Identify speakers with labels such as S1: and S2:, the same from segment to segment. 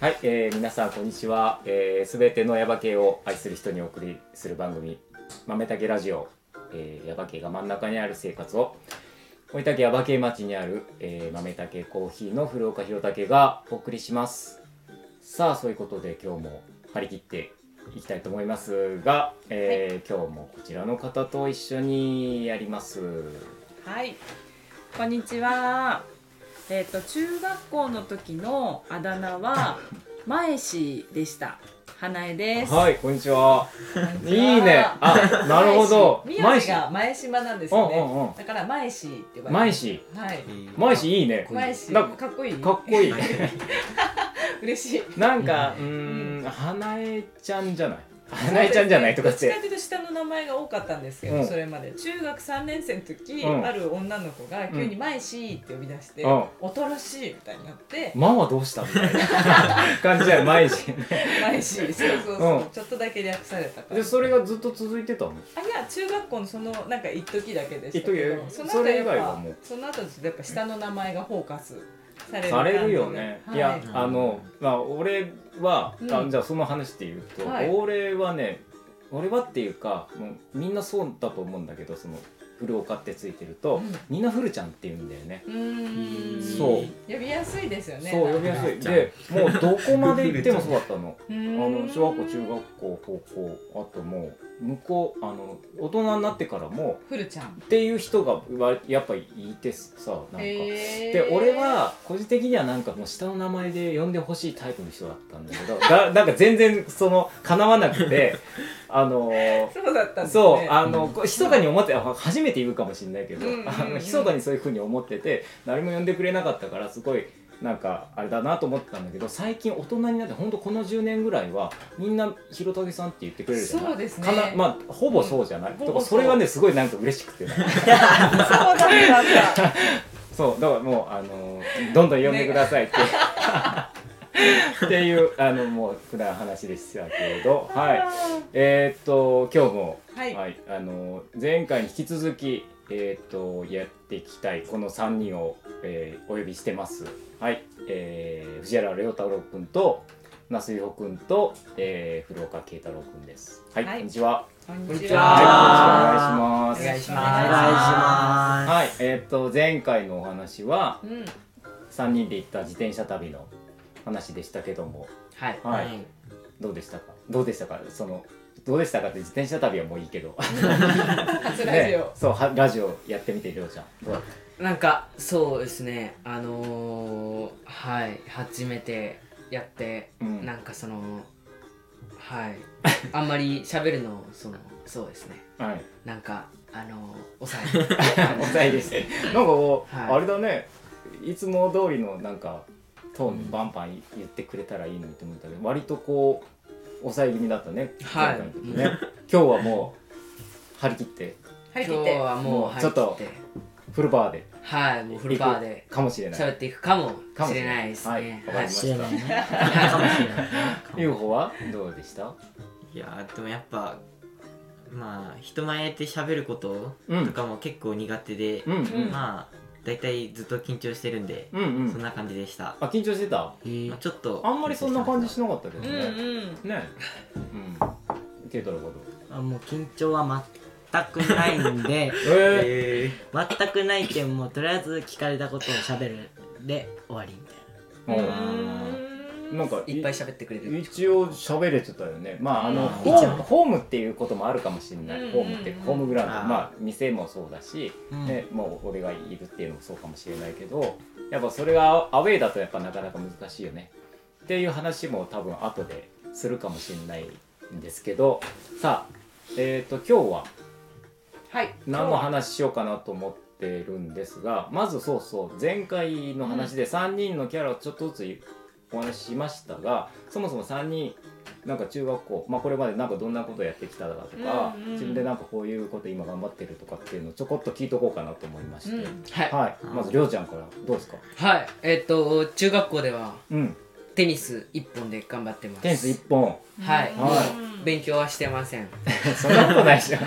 S1: はい、えー皆さんこんにちは。す、え、べ、全てのヤバ系を愛する人にお送りする番組豆竹ラジオ、えー、ヤバ系が真ん中にある生活を大分県ヤバ系町にある、えー、豆竹コーヒーの古岡弘武がお送りします。さあそういうことで今日も張り切っていきたいと思いますが、えー今日もこちらの方と一緒にやります。
S2: はい、こんにちは。えっ、と中学校の時のあだ名は前氏でした。花江です。
S1: はいこんにちは。
S2: こんに
S1: いい
S2: ちは
S1: ね。あなるほど。
S2: 前氏が前島なんですよね。
S1: うんうんうん
S2: だから前氏って呼ばれ
S1: 前
S2: て
S1: 氏
S2: ます。はい。
S1: 前氏いいね。
S2: 前氏
S1: なんか
S2: かっこいい。
S1: かっこいい。
S2: 嬉しい。
S1: なんか、うーん、花江ちゃんじゃない。花江ちゃんじゃないとかっ
S2: どっち
S1: て。
S2: かというと下の名前が多かったんですけど、
S1: うん
S2: それまで中学3年生の時、
S1: うん
S2: ある女の子が急に「前氏」って呼び出して「
S1: うん
S2: 恐ろしい」みたいになって
S1: マはどうしたみたいな感じや毎日。
S2: 前しそうそうそう、
S1: うん
S2: ちょっとだけ略されたから
S1: で、それがずっと続いてたの。
S2: あいや中学校のそのなんか一時だけでした
S1: 一時
S2: その
S1: そ
S2: 後
S1: れ以
S2: やっぱ
S1: 外はもう
S2: その後ちょっとやっぱ下の名前がフォーカスされる
S1: さ
S2: 感じで
S1: れるよね。、
S2: はいい、
S1: や、
S3: うん
S1: あの、まあ、俺は、あ
S2: うん
S1: じゃあ、その話って言うと、
S2: はい
S1: 俺はね。俺はっていうか、もうみんなそうだと思うんだけど、その。古岡ってついてると、
S2: うん
S1: みんな古ちゃんって言うんだよね。
S2: うーん
S1: そう
S2: 呼びやすいですよね
S1: そう、呼びやすい。
S3: ちゃん
S1: で、もうどこまで行ってもそうだったの。
S2: あ
S1: あの小学校中学校高校あともう向こうあの大人になってからも
S2: フルちゃん
S1: っていう人がわやっぱりいてさなんか、
S2: へー
S1: で俺は個人的にはなんかもう下の名前で呼んでほしいタイプの人だったんだけどだなんか全然そのかなわなくてあのー
S2: そうだったんですね
S1: そうあのこう密かに思ってあ初めて言うかもしれないけど
S2: うんうんうん
S1: あの密かにそういうふうに思ってて誰も呼んでくれなかったからすごいなんかあれだなと思ってたんだけど最近大人になって本当この10年ぐらいはみんな「ひろたけさん」って言ってくれるじゃない
S2: そうですね
S1: かなまあほぼそうじゃない、
S2: ん
S1: と
S2: ほ
S1: か
S2: ぼ
S1: そ
S2: そう
S1: れはねすごいなんか嬉しくてね
S2: そうだったんだ
S1: そうだからもうあのどんどん呼んでくださいって。っていうあのもう普段話でしたけど、はい、えーっと今日も
S2: はい
S1: はい、あの前回に引き続き、えー、とやっていきたいこの3人を、えーお呼びしてます。はい、えー藤原亮太郎君と那須洋君と、えー古岡慶太郎君です。はい、
S2: はい
S1: こんにちは。
S2: こんにち
S1: はい、よ
S2: は
S1: ろしくお願
S2: お願
S1: い
S2: い
S1: し
S2: し
S1: ま。
S2: ますす
S3: お願
S1: はい
S3: します
S1: い、えー、と前回のお話は
S2: うん
S1: 3人で行った自転車旅の話でしたけども
S3: はい
S1: はいどうでしたかどうでしたかそのどうでしたかって自転車旅はもういいけど。
S2: 初ラジ
S1: ね
S2: オ、
S1: そうはラジオやってみてりょうちゃんどうだっ
S3: なんかそうですねあのー、はい初めてやって、
S1: うん
S3: なんかそのはいあんまり喋るのそのそうですね
S1: たはい
S3: なんかあのー、抑えて
S1: 抑えです なんかこう、
S3: はい
S1: あれだねいつも通りのなんかトーンバンバン言ってくれたらいいのにと思ったけど割とこう抑え気味だったね
S3: は
S1: 前
S3: い
S1: 回の時ね今日はもう張り切って
S2: 張り切
S3: 今
S2: っ
S3: 日
S2: て
S3: はもう張り
S1: ちょっと
S3: 切って
S1: フルバーで
S3: はいもうフルバーで
S1: 行くかもしれない
S3: 喋っていくかも
S1: かも
S3: しれないですね
S1: はいわかりました、
S3: はいかもしれない
S1: UFO はどうでした
S4: いやーでもやっぱまあ人前で喋ること
S1: うん
S4: とかも結構苦手で、
S1: うんうん
S4: まあ大体ずっと緊張してるんで、
S1: うんう
S4: そん
S1: ん
S4: な感じでした、
S1: あ緊張してた
S4: まあ、ちょっと
S1: あんまりそんな感じし
S4: な
S1: なかったけど
S2: う
S1: ね、
S2: んうん
S1: ねうん受け取ること
S5: あもう緊張は全くないんで
S1: え
S4: え
S5: 全くないけんもうとりあえず聞かれたことをしゃべるで終わりみたい
S1: えなんか
S3: いっぱい喋ってくれる
S1: 一応喋れてたよねまああの、
S4: うん
S1: ホームホームっていうこともあるかもしれない、
S2: うん
S1: ホームっていうかホームグラウンド
S4: あー
S1: まあ店もそうだし、
S5: な、うん
S1: ね、もう俺がいるっていうのもそうかもしれないけどやっぱそれがアウェーだとやっぱなかなか難しいよねっていう話も多分後でするかもしれないんですけどさあえっ、と今日は
S2: はい
S1: 何の話しようかなと思ってるんですがまずそうそう前回の話で3人のキャラをちょっとずつお話ししましたがそもそも3人なんか中学校、まあ、これまでなんかどんなことやってきただとか、
S2: うんうん
S1: 自分でなんかこういうこと今頑張ってるとかっていうのをちょこっと聞いとこうかなと思いまして、
S2: うん
S3: はい
S1: はいまずりょうちゃんからどうですか
S3: はいえっ、と中学校では
S1: うん
S3: テニス一本で頑張ってます
S1: テニス1本
S3: はい、
S1: は
S3: 勉強はしてません、はい、
S1: そんなこと ないじゃん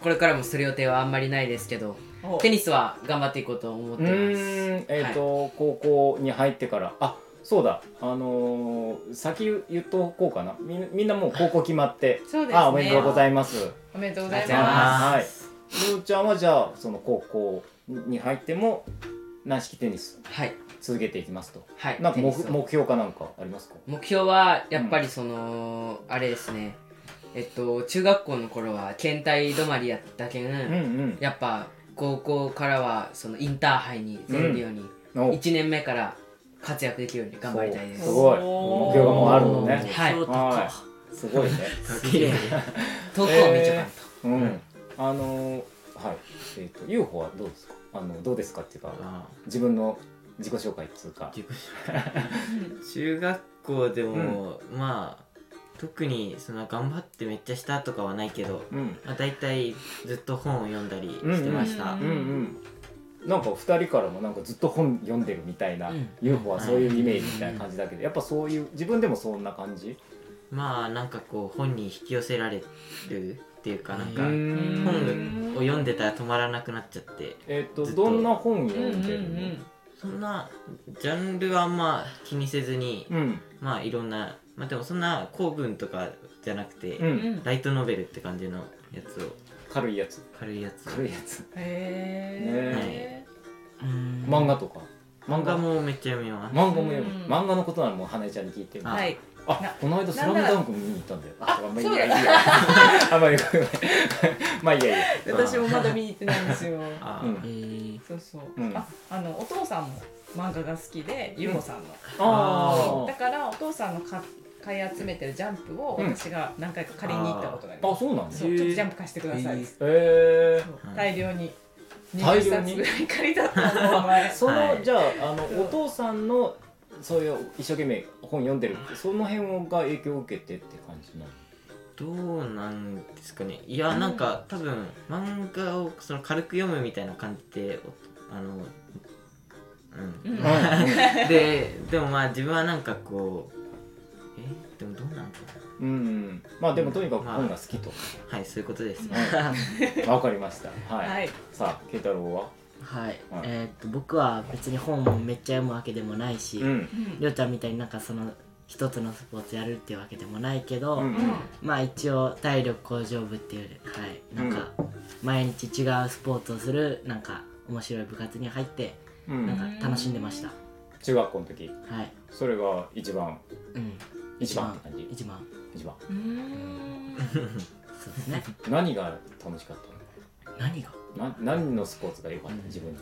S3: これからもする予定はあんまりないですけど
S2: お
S3: テニスは頑張っていこうと思
S1: う
S3: ってます
S1: ーんえっ、と、高校に入ってからあそうだあのー先言っとこうかなみんみんなもう高校決まって
S2: そうですね
S1: あおめでとうございます
S2: おめでとうござい
S4: ありがとうござい
S2: ま
S4: ますす
S1: はいルーちゃんはじゃあその高校に入っても軟式テニス
S3: はい
S1: 続けていきますと
S3: はい
S1: なんか
S3: テ
S1: 目
S3: ニスを
S1: 目標かなんかありますか
S3: 目標はやっぱりその、あれですねえっと中学校の頃は県大止まりやったけん、
S1: うんうん
S3: やっぱ高校からはそのインターハイに出れるように、
S1: お
S3: 1年目から活躍できるように頑張りたいです
S1: すごい
S2: おー
S1: 目標がもうあるのね
S3: はい
S5: そうと
S1: は
S5: か
S1: いすごいね
S5: 綺麗
S3: 遠くを見ちゃかんと、
S1: うん、
S4: うん
S1: あのーはいえっ、と UFO はどうですかあのどうですかっていうか
S4: あ
S1: 自分の自己紹介っていうか
S4: 自己紹介中学校でも、まあ特にその頑張ってめっちゃしたとかはないけど、
S1: うん
S4: まあ、大体ずっと本を読んだりしてました、
S2: うん
S1: うんうんなんか2人からもなんかずっと本読んでるみたいな、
S3: うん
S1: UFO はそういうイメージみたいな感じだけどやっぱそういう自分でもそんな感じ
S4: まあなんかこう本に引き寄せられるっていうかなん
S1: う
S4: か、
S1: ん
S4: 本を読んでたら止まらなくなっちゃって
S1: えっ、と
S4: ずっと
S1: どんな本
S2: うんう
S1: 読
S2: んうん
S1: でるの
S2: ん
S4: そんなジャンルはあんま気にせずに、
S1: うん
S4: まあいろんなまあでもそんな公文とかじゃなくて、
S1: うん、
S2: うん
S4: ライトノベルって感じのやつを
S1: 軽いやつ
S4: 軽いやつを
S1: 軽いやつ
S2: へ
S1: 漫画とか
S4: 漫画もめっちゃ読みます
S1: 漫画も読む、
S2: うん
S1: 漫画のことならもう花江ちゃんに聞いて
S2: ー
S4: あ
S2: はい
S1: あ
S2: な
S1: この間「スラムダンク見に行ったんだよあまあいい
S2: そう
S1: や
S2: だ
S1: いいや あまあいいやごめん まあいいやいいや
S2: 私もまだ見に行ってないんですよ
S4: あ
S1: う
S4: ー、
S1: ん、
S2: そうそう
S1: うん
S2: ああのお父さんも漫画が好きでゆうほさんの
S1: あ
S2: だからお父さんのか買い集めてるジャンプを
S1: うん
S2: 私が何回か借りに行ったことがあり
S1: ー
S2: ま
S1: あそうなんだ
S2: す、そうちょっとジャンプ貸してください、
S5: へー
S1: へえ
S2: そう
S4: はい
S2: 大量に
S1: 大
S2: 20
S1: 量
S2: 冊
S1: に
S2: ぐらい借りたと思う前
S1: その、
S4: はい
S1: じゃああのお父さんのそういう一生懸命本読んでるその辺が影響を受けてって感じなの
S4: どうなんですかねいやなんか多分漫画をその軽く読むみたいな感じでおあのうん
S2: うん
S4: ででもまあ自分はなんかこうえでもどうなんだろ
S1: うん、うん、まあでもとにかく本が好きと
S4: うはいそういうこ とですね
S1: うんわ、かりましたはい、
S2: はい
S1: さあ慶太郎は
S5: はい
S1: はい
S5: えーっと僕は別に本もめっちゃ読むわけでもないし
S1: うん
S5: りょうちゃんみたいになんかその一つのスポーツやるっていうわけでもないけど、
S1: うん
S5: まあ一応体力向上部っていうはいなんか毎日違うスポーツをするなんか面白い部活に入って
S1: う
S5: なんんか楽しんでました、
S1: 中学校の時
S5: はい
S1: それが一番
S5: うん
S1: 一番って感じ
S5: 一番
S1: 一番
S2: うんうん
S5: そうで すね
S1: 何が楽しかっ
S5: 何が
S1: たのな何のスポーツが良かった自分に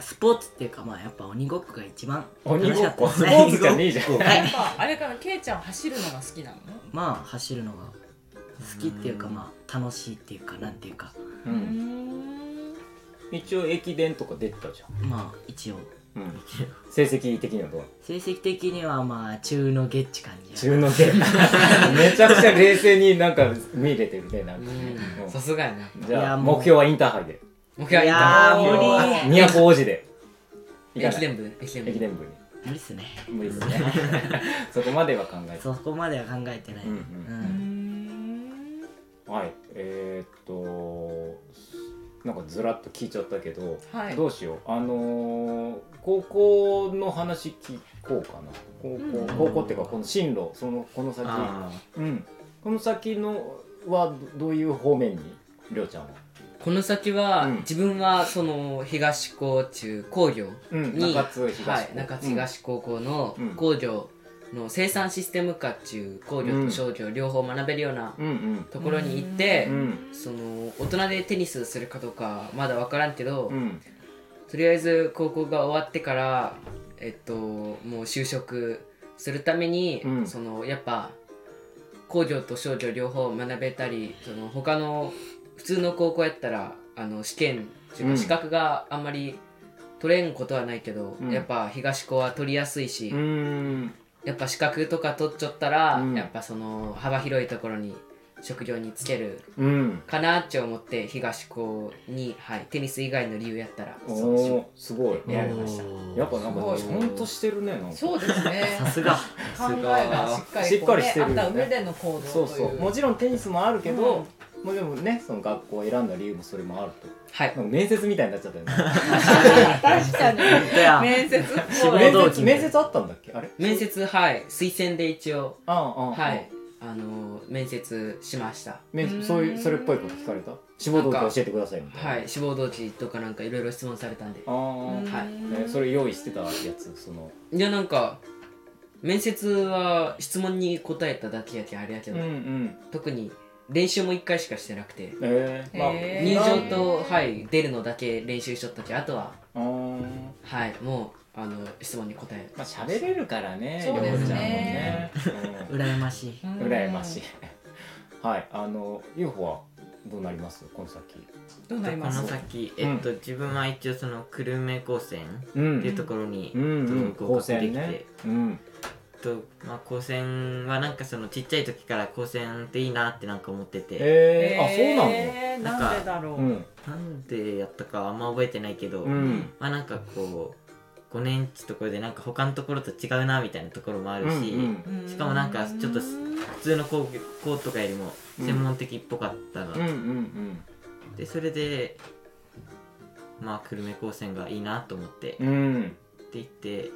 S5: スポーツっていうかまあやっぱ鬼ごっこが一番
S1: 鬼ごっこ
S5: 楽
S1: スポ
S5: しかった
S1: ーツじゃねえじゃん
S2: やっぱあれかなけいちゃん走るのが好きなの
S5: まあ走るのが好きっていうかまあ楽しいっていうかなんていうか
S1: う
S2: うんん
S1: 一応駅伝とか出てたじゃん
S5: まあ一応
S1: うん成績的にはどうなの
S5: 成績的にはまあ中のゲッチ感じ
S1: 中の手 めちゃくちゃ冷静になんか見入れてるねなんか、
S3: うんさすがやな
S1: うんじ
S5: い
S1: ゃあ
S5: やもう
S1: 目標はインターハイで
S3: 目標はいい
S5: やー無理
S3: い
S2: ー
S1: 都王子で行か
S3: 駅
S1: ない
S3: 伝部駅伝部
S1: 駅伝部に
S5: 無理っすね
S1: 無理ですね そこまでは考えて
S5: そこまでは考えてない、
S1: うんう
S2: うーん
S1: はいえー、っとなんかずらっと聞いちゃったけど、
S2: はい
S1: どうしようあのー高校の話聞こうかな高校,、
S2: うん
S1: 高校っていうかこの進路そのこの先
S4: あ
S1: うんこの先のはどういう方面にりょうちゃんは
S3: この先は、
S1: うん
S3: 自分はその東高中工業
S1: うん
S3: に、
S1: 中津東
S3: はい、中津東高校の
S1: うん
S3: 工業の生産システム科っていう工業と商業両方学べるような
S1: うんうん
S3: ところに行って、
S1: うん
S3: その大人でテニスするかどうかまだ分からんけど、
S1: うん
S3: とりあえず高校が終わってからえっともう就職するために、
S1: うん
S3: そのやっぱ工業と商業両方学べたりその他の普通の高校やったらあの試験っていう
S1: うん
S3: か資格があんまり取れんことはないけど、
S1: うん
S3: やっぱ東高は取りやすいし、
S1: うんうん
S3: やっぱ資格とか取っちゃったら、
S1: うん
S3: やっぱその幅広いところに職業につける
S1: うん
S3: かなって思って東高に、はい、テニス以外の理由やったら
S1: お
S3: そうしよう
S1: おすごい
S3: やられました
S1: やっぱなんか
S2: すごい
S1: ちゃんとしてるねなんか
S2: そうですね
S5: さすが
S2: 考えがしっかりこう
S1: しっかりしてるよね
S2: あった上での行動という
S1: そうそうもちろんテニスもあるけど、
S2: うん
S1: まあでもねその学校を選んだ理由もそれもあると
S3: はい
S1: なんか面接みたいになっちゃったよね
S2: 確かに
S5: だよ
S2: 面接っ
S5: 仕
S2: ぽ
S5: 事
S2: い
S5: 同
S1: 面
S5: 期
S1: 接
S5: みたい
S1: 面接あったんだっけあれ
S3: 面接はい推薦で一応
S1: ああああ
S3: はいあの面接しました
S1: 面接そういうそれっぽいこと聞かれた志望動機教えてくださいみたいな
S3: はい志望動機とかなんかいろいろ質問されたんで
S1: ああ、
S2: うん
S3: はい
S1: えそれ用意してたやつその
S3: いやなんか面接は質問に答えただけやけんあれやけ
S1: うん
S3: ど、
S1: うん
S3: 特に練習も1回しかしてなくて
S1: ええまあ
S2: へー
S3: 入場と、はい、出るのだけ練習しとったけあとは、
S1: あー
S3: はい、もうあの質問に答え
S1: まあ喋れるからね
S2: そうですす
S1: ね
S2: ね
S5: 羨ましい
S1: 羨ましいはいあの UFO はどうなりますこの先
S2: どうな
S4: で
S2: り
S4: こ
S2: ます
S4: の先、えっと、自分は一応その久留米高専
S1: う
S4: っていうんところに、
S1: うんうん高
S4: 合格で
S1: 専
S4: きて、
S1: ねうん
S4: えっとまあ、高専はなんかそのちっちゃい時から高専っていいなってなんか思ってて、
S1: ええ
S2: えー
S4: なんか
S2: なんでだろ
S1: あ
S2: う、
S1: そうなの
S4: なんでやったかあんま覚えてないけど、
S1: うんうん
S4: まあなんかこう5年ってところでなんか他のところと違うなみたいなところもあるし、
S1: うん
S2: う
S4: しかもなんかちょっと普通の高校とかよりも専門的っぽかったの、
S1: うんうんうん
S4: でそれでまあ久留米高専がいいなと思って、
S1: う
S4: って
S1: ん
S4: 言って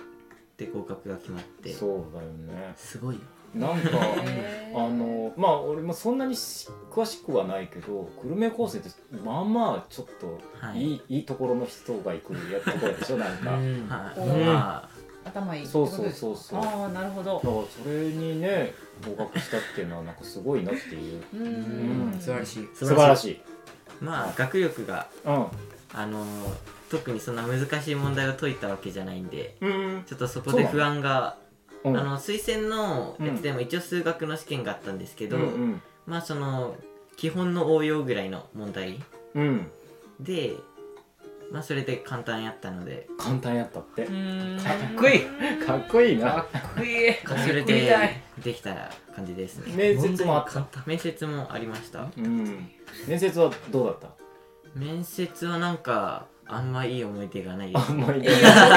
S4: で合格が決まって
S1: そうだよね
S5: すごいよ
S1: なんか
S2: へー
S1: あのまあ俺もそんなにし詳しくはないけど久留米高専ってまあまあちょっと
S4: はい
S1: いい,、い、いところの人が行くやところでしょなん
S3: た、
S1: か。
S3: ん
S4: はい、
S2: うん
S4: ま
S2: 頭いいって
S1: そ
S2: こ
S1: う
S2: と
S1: そう
S2: です
S1: そうそう。だか
S2: ああなるほど
S1: らそれにね合格したっていうのはなんかすごいなっていう。
S2: うー
S1: うん
S3: 素晴ら
S2: い
S3: しい
S1: 素晴ら
S4: い
S1: しい。
S4: まあ学力が
S1: うん。
S4: あのー特にそんな難しい問題を解いたわけじゃないんで
S1: うん。
S4: ちょっとそこで不安が、
S1: うん。
S4: あの推薦のやつでも一応数学の試験があったんですけ
S1: う
S4: ど、
S1: ん
S4: まあその基本の応用ぐらいの問題
S1: うん。うん。
S4: でまあそれで簡単やったので
S1: 簡単やったって。
S2: か
S3: っこいい
S1: かっこいい
S3: か
S1: な。
S3: っこいい
S4: それ
S3: みたい
S4: でできた感じですね
S1: 面接もあった。
S5: た
S4: 面接もありました
S1: うん。面接はどうだっ
S4: 面接はなんかあんまいい思い出がないで
S1: た？あ
S4: す
S1: んまり
S2: いい。思い出が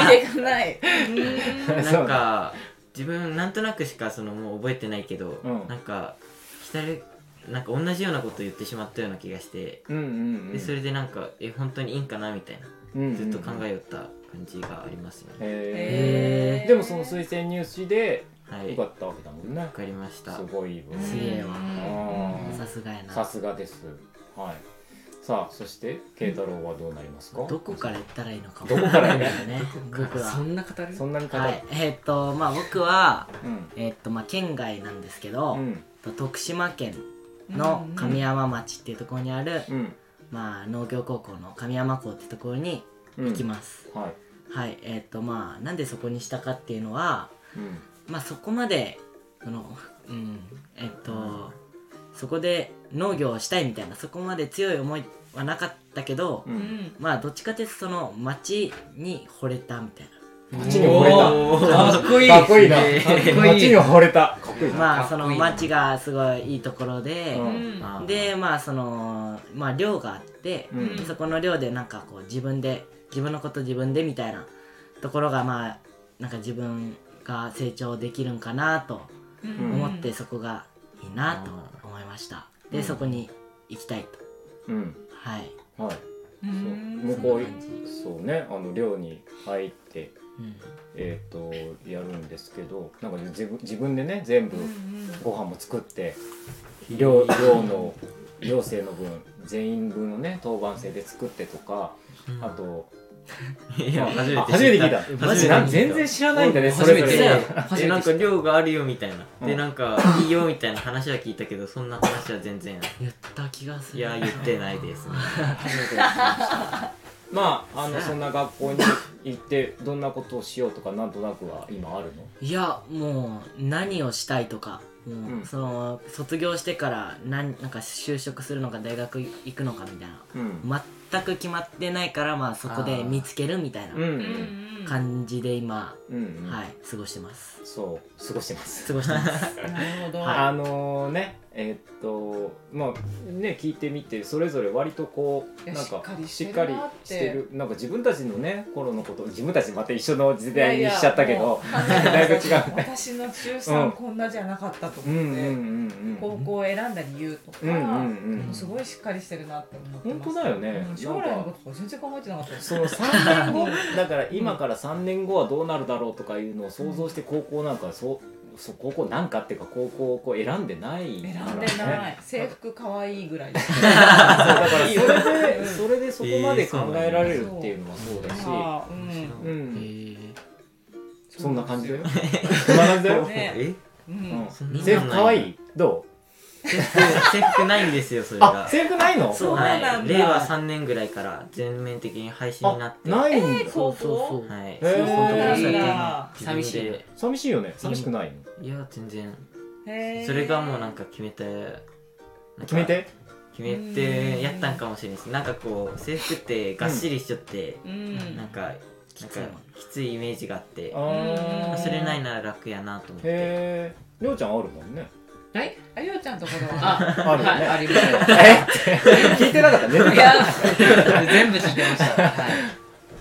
S2: ないうーん
S4: なんか自分なんとなくしかそのもう覚えてないけど、
S1: うん
S4: なんか浸るなんか同じようなこと言ってしまったような気がして、
S1: うんうんう
S4: で
S1: ん。
S4: それでなんかえ本当にいいんかなみたいな
S1: ず
S4: ずっと考えよった感じがありますね、
S1: え
S2: へ
S1: え。
S2: ー
S1: でもその推薦入試で
S4: はい
S1: 受
S4: 分
S1: か
S4: か
S1: ったわけだもんね。
S4: りました
S1: すごいわ。
S5: すげえわ
S1: うん
S5: さすがやな
S1: さすがです。はい。さあそして慶太郎はどうなりますか？
S5: どこから行ったらいいのか
S1: どこから行く
S5: ね 僕
S3: そ
S5: は
S3: んな語る
S1: そんなに硬
S5: はいい。えーっとまあ僕は
S1: うん。
S5: えーっとまあ県外なんですけど、
S1: うん。
S5: 徳島県の神山町っていうところにある、
S1: うん。
S5: まあ農業高校の神山校ってところに
S1: うん
S5: 行きます、
S1: はい。
S5: はいえーっとまあなんでそこにしたかっていうのは
S1: うん。
S5: まあそこまでそのうんえっと、そこで農業をしたいみたいなそこまで強い思いはなかったけど、
S1: う。
S2: うんん
S5: まあどっちかというとその町に惚れたみたい
S1: 街に惚れ
S3: おー
S1: た。
S3: かっこいい
S1: かっこいいな。
S3: かっこいい
S1: 街に惚れた。かっこいい
S5: な
S1: な。
S5: ま
S3: か
S5: あ
S3: っ
S5: そ
S3: こいいな
S5: の町がすごいいいところで、
S1: う
S2: うんん
S4: あー
S5: でまあそのまあ寮があって、
S1: うん
S5: でそこの寮でなんかこう自分で自分のこと自分でみたいなところがまあなんか自分が成長できるんかなと
S2: うん
S5: 思ってそこがいいなと思いました、
S1: うん
S5: でそこに行きたいと
S1: うん。
S5: はい、
S1: はい。
S2: う
S1: そうん向こう
S5: そんな感じ
S1: そうね。あの寮に入って
S5: うん、
S1: えっとやるんですけど、なんか自分自分でね全部
S2: うんうん
S1: ご飯も作って寮寮の寮生の分全員分のね当番制で作ってとか、
S4: うん
S1: あと
S4: いや初めて
S1: あ初めて聞いた
S4: た
S1: マジな全然知らないんだねそ
S3: 初
S1: れ
S3: め
S1: ぞ
S3: て
S1: れ
S3: だよ
S1: ね
S3: 初
S4: で
S3: め
S4: なん
S3: て知
S4: か
S3: っ
S4: 量があるよみたいな、
S1: う
S4: で
S1: ん
S4: なんかいいよみたいな話は聞いたけどそんな話は全然
S5: 言った気がす
S4: い
S5: る
S4: や言ってないですね
S3: た初めてです
S1: まああのそんな学校に行ってどんなことをしようとかなんとなくは今あるの
S5: いやもう何をしたいとかもう、
S1: うん
S5: その卒業してから何なんか就職するのか大学行くのかみたいな
S1: うん
S5: 全全く決まってないからまあそこで見つけるみたい
S1: うん
S5: な
S2: うんうん
S5: 感じで今、
S1: うんうん
S5: はい過ごしてます
S1: そう過ごしてます
S5: 過ごし てます
S2: なるほど、
S5: はい
S1: あのねえーっとまあね聞いてみてそれぞれ割とこ
S2: いうや
S1: なんかし
S2: し
S1: っ
S2: っ
S1: か
S2: か
S1: り
S2: り
S1: し
S2: しててるなっ
S1: る
S2: て
S1: なんか自分たちのね頃のこと自分たちまた一緒の時代にしちゃったけど
S2: だ
S1: いぶ違うね
S2: 私の中3こんなじゃなかったと
S1: うんうん
S2: 思って、
S1: うんう
S2: 高
S1: ん
S2: 校を選んだ理由とか、
S1: うんうんうん
S2: すごいしっかりしてるなって思って
S1: 本
S2: ます
S1: 当だよね
S2: うん将来
S1: な
S2: の
S1: ん
S2: こ
S1: か
S2: ととか全然考えてなかったです
S1: その3年後だから今から3年後はどうなるだろうとかいうのを想像して高校なんかそうそう高校なんかっていうか高校をこう選んでない
S2: 選
S1: から
S2: ん
S1: ね
S2: でない制服かわいいぐらい
S1: そうだからそれ
S2: う
S1: で
S2: ん
S1: それでそこまで考えられるっていうのはそうだし、
S2: あーうん
S1: う
S5: へ
S1: ん、
S5: ー
S1: そんな感じだよ。そんな感じだよ。
S2: ね
S4: え
S1: う
S2: う
S1: んん、
S4: そんなの
S1: 制服可愛いどう
S4: 制服制服ないんですよそれ
S1: あ
S4: が
S1: 制服ないの
S2: そう
S4: は
S2: なん
S4: い、
S2: だ
S4: 令和3年ぐらいから全面的に廃止にな
S1: あ
S4: って
S1: ないんだ、
S2: えー高校
S4: はい
S1: へー
S4: そうそう
S2: なん
S4: 自分で
S2: だ
S5: 寂しいね
S1: 寂しいよね寂しくない
S4: いや全然
S2: へー
S4: それがもうなんか決めて
S1: の決めて
S4: 決めてやったんかもしれないですなんかこう制服ってがっしりしちゃって、
S2: うん
S4: なんかなんかきついイメージがあって
S1: あ
S2: うん
S1: ー
S4: それないなら楽やなと思って
S1: へえりょうちゃんあるもんね
S3: はい
S2: あゆうちゃんところは
S3: あ
S1: あるよ
S3: はいあ
S1: ね
S3: りますよ
S1: えって 聞いてなかったね
S3: いや全部聞いてましたはい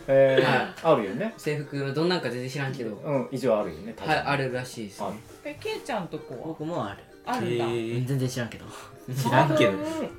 S1: え
S3: はい
S1: ー、あるよね
S3: 制服はどんなんか全然知らんけど
S1: うん以上あるよね多分
S3: はいあるらしいですね
S1: ある
S2: えけいちゃんとこ
S5: 僕もある
S2: はあるんだ
S4: へー
S5: 全然知らんけど
S4: 知らんけど
S1: 多分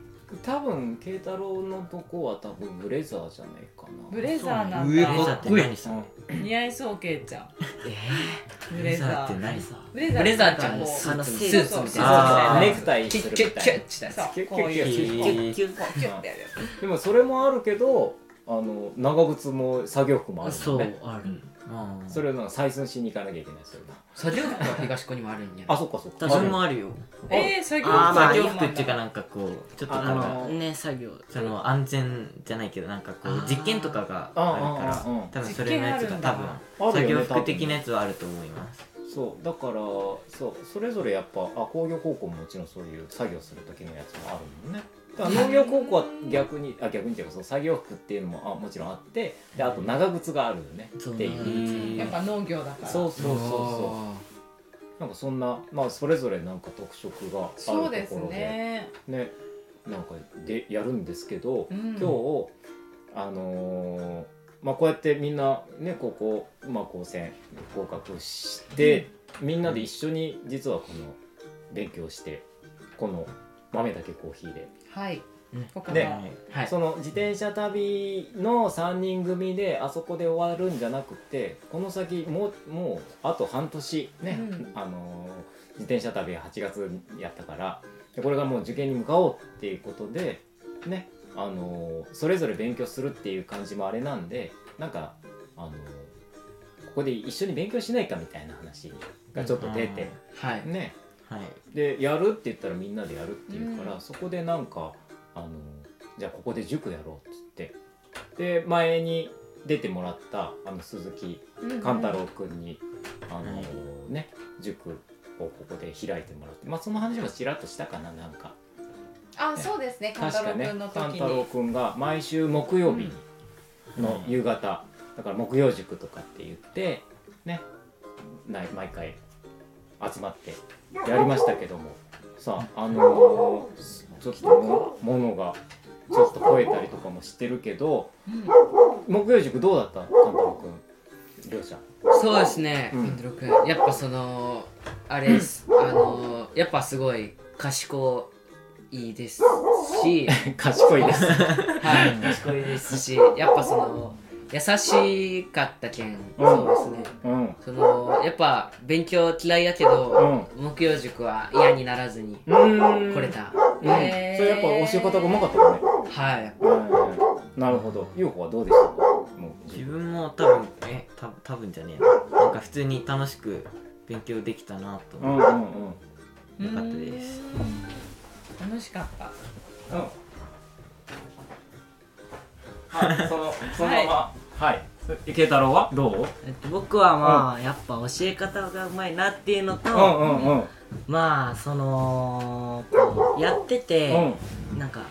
S1: 多分慶太郎のとこは多分ブレザーじゃないかな
S2: ブレザーな
S3: ブレ
S2: ん
S3: ザ
S4: レザー
S2: だ
S4: って何した
S1: うん
S4: の
S2: 似合いそうけいちゃんブ
S4: ブ
S2: レ
S4: レ
S2: ザ
S4: ザ
S2: ー
S4: ーって何
S5: さ
S2: ブレ
S3: ブレザーってあ
S2: なん
S3: の
S2: かこう
S3: スーツ
S5: そう
S3: みスーツみたい
S4: あ
S3: な
S4: ー
S1: ネクタイ
S3: キ
S1: す
S3: ュ
S1: る
S3: ッ
S1: み
S3: キ
S1: た
S3: ュ
S1: い
S3: ッ
S1: な
S3: キュッしたやつ
S2: そう
S1: キュッキュッ
S2: こういう
S1: キュッキュッ
S2: こう
S5: キュッキュッ
S2: キュッてやるや
S1: でもそれもあるけどあの長靴も作業服もある
S5: そ
S1: もんね
S5: うある
S4: あー
S1: それをなんか採寸しに行かなきゃいけないそれは
S3: 作業服は東湖にもあるんや
S1: あそっかそっか
S5: 私
S4: 自分もあるよ
S2: つえー作業
S5: あーまあ
S4: 作業服っていうかなんかこうちょっと
S1: あ
S4: なん
S1: の
S4: か
S5: ね作業
S4: その安全じゃないけどなんかこ
S5: あ
S4: う
S5: ー
S4: 実験とかがある
S1: うんうんうんうん
S4: から多分それのや
S2: 実験あ
S4: つ
S2: る
S4: が
S2: んだ
S4: 多分
S1: ある
S4: 作
S1: よ
S4: 業
S1: ね
S4: 服的なやつはあると思います
S1: そうだからそうそれぞれやっぱあ工業高校ももちろんそういう作業する時のやつもあるもんねだから農業高校は逆にあ逆にっていうかその作業服っていうのもあもちろんあってであと長靴があるよね
S5: そう
S1: っていう
S5: 長
S2: うんやっぱ農業だから
S1: そうそうそうそうなんかそんなまあそれぞれなんか特色があるとこ
S2: そ
S1: ろ
S2: うですね
S1: ねなんかでやるんですけど、
S2: うん
S1: 今日あのーまあこうやってみんなね高校まあ高専合格して、みんなで一緒に実はこの勉強してこの豆だけコーヒーで、
S2: はい
S5: ね
S2: ここ
S1: ね
S2: が
S3: はい
S1: その自転車旅の3人組であそこで終わるんじゃなくてこの先もうもうあと半年ね、
S2: うん
S1: あのー自転車旅は8月やったからでこれがもう受験に向かおうっていうことでねあのーそれぞれ勉強するっていう感じもあれなんでなんかあのーここで一緒に勉強しないかみたいな話がちょっと出て、
S3: はい
S1: ね
S4: はい
S1: でやるって言ったらみんなでやるっていうから、
S2: うん
S1: そこでなんかあのじゃあここで塾やろうっつってで前に出てもらったあの鈴木勘太郎くんに、あの
S4: はい
S1: ね塾をここで開いてもらってまあその話もちらっとしたかななんか
S2: あそうですね勘太
S1: 確か
S2: 郎
S1: ね
S2: くんの時
S1: 勘太郎
S2: に
S1: くんが毎週木曜日の
S4: うん
S1: 夕方、だから木曜塾とかって言ってねない毎回集まってやりましたけどもさああのーちょっとも物がちょっと超えたりとかもしてるけど
S2: うん
S1: 木曜塾どうだった勘太郎くんりょうちゃん
S3: そうですね、
S1: うん
S3: パンドロ君やっぱそのあれですあのやっぱすごい賢いですし、
S1: 賢いです
S3: はい、賢いですしやっぱその優しかったけんそうですね
S1: うん
S3: そのやっぱ勉強嫌いやけど、木曜塾は嫌にならずに
S1: うーん
S3: 来れた
S1: うん、それやっぱ教え方がうまかったよね、
S3: はい
S1: うんなるほど優子はどうでしたもう
S4: 自分も多分えた多分じゃねえななんか普通に楽しく勉強できたなと
S1: う
S4: 思
S1: ん
S4: っ
S1: うんうん
S4: よかったです
S2: うん楽しかった
S1: うんはい、その、そのまま、はい、池太郎はどう。
S5: えっと僕はまあやっぱ教え方がうまいなっていうのと、
S1: うんうん。
S5: まあそのこうやってて、
S1: うん。
S5: なんか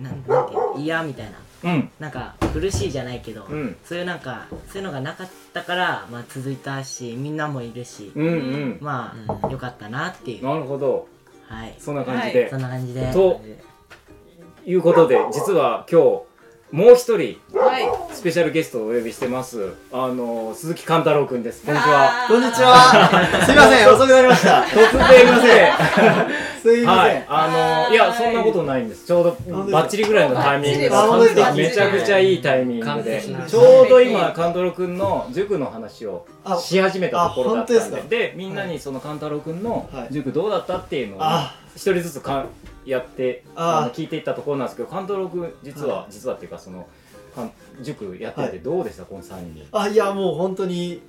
S5: なんなんていうの嫌みたいな
S1: うん
S5: なんか苦しいじゃないけど、
S1: うん
S5: そういうなんかそういうのがなかったから、まあ、続いたしみんなもいるし、
S1: うんうん、
S5: まあ、
S4: うん
S5: よかったなっていう、
S1: なるほど
S5: はい
S1: そんな感じで、
S5: そんな感じで
S1: ということで実は今日もう一人
S2: はい。
S1: スペシャルゲストをお呼びしてますあの鈴木貫太郎くんですこんにちは
S2: あー
S6: こんにち。は。すいません、遅くなりました。
S1: 突然すい
S6: すい
S1: ませんはい
S6: ません。
S1: あ
S2: はー
S1: の
S2: い
S1: いやそんなことないんですちょう
S6: 本当
S1: ど
S6: ですか
S1: バッチリぐらいのタイミングで
S6: バッチリ
S1: 完璧めちゃくちゃいいタイミング
S3: 完
S1: で
S3: 璧な
S1: ちょうど今貫太郎くんの塾の話を
S6: あ、
S1: し始めたところだったん
S6: あ本当で
S1: です
S6: か
S1: でみんなにその勘太郎くんの
S6: はい
S1: 塾どうだったっていうのを
S6: あ
S1: 一人ずつかやって
S6: あ
S1: あの聞いていったところなんですけど勘太郎くん実は、
S6: はい
S1: 実はっていうかそのかん塾やっててどうでした、この3人
S6: あ、いや、もう本当に、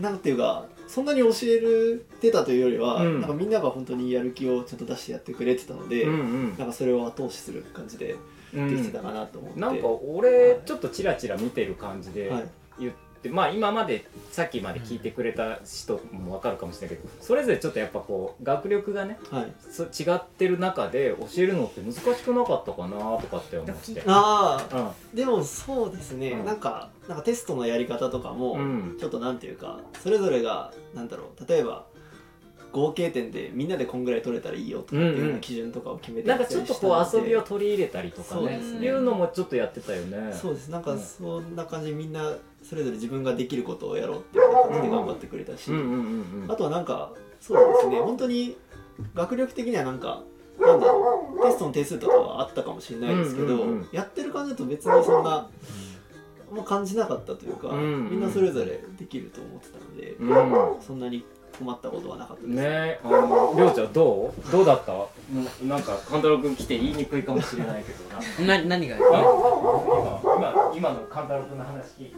S6: なんていうか、そんなに教えるてたというよりは、
S1: うん
S6: なんかみんなが本当にやる気をちゃんと出してやってくれてたので、
S1: うん
S6: なんかそれを後押しする感じで
S1: う
S6: できて
S1: ん
S6: たかなと思って。
S1: なんか
S6: は
S1: 俺ちょっとチラチラ見てる感じで
S6: い、
S1: 言って、まあ今までさっきまで聞いてくれた人もわかるかもしれないけどそれぞれちょっとやっぱこう学力がね
S6: はい。
S1: そ違ってる中で教えるのって難しくなかったかなとかって思って。
S6: あ
S1: うん
S6: あ、でもそうですね、
S1: うん
S6: なんか、なんかテストのやり方とかも、
S1: うん
S6: ちょっとなんていうかそれぞれがなんだろう例えば合計点でみんなでこんぐらい取れたらいいよとかっていうような基準とかを決めて
S1: なんかちょっとこう遊びを取り入れたりとか
S6: そう
S1: ね
S6: です
S2: ね
S1: いうのもちょっとやってたよね
S6: そうですなん
S1: う
S6: か
S1: ん
S6: そんな感じでみんなそれぞれ自分ができることをやろうっていう感じで頑張ってくれたし、
S1: うんうんうんう
S6: あ
S1: ん
S6: とはなんかそうですね本当に学力的にはなんかなんだろうテストの点数とかはあったかもしれないですけど、
S1: うんうんうん
S6: やってる感じだと別にそんな、もう感じなかったというか、
S1: うんうん
S6: みんなそれぞれできると思ってたので、
S1: うん
S6: そんなに困ったことはなかったです。
S1: ねえあのりょうちゃんどうどうだったもうなんか勘太郎くん来て言いにくいかもしれないけどな
S3: な何が
S1: 今今今の勘太郎くんの話聞いて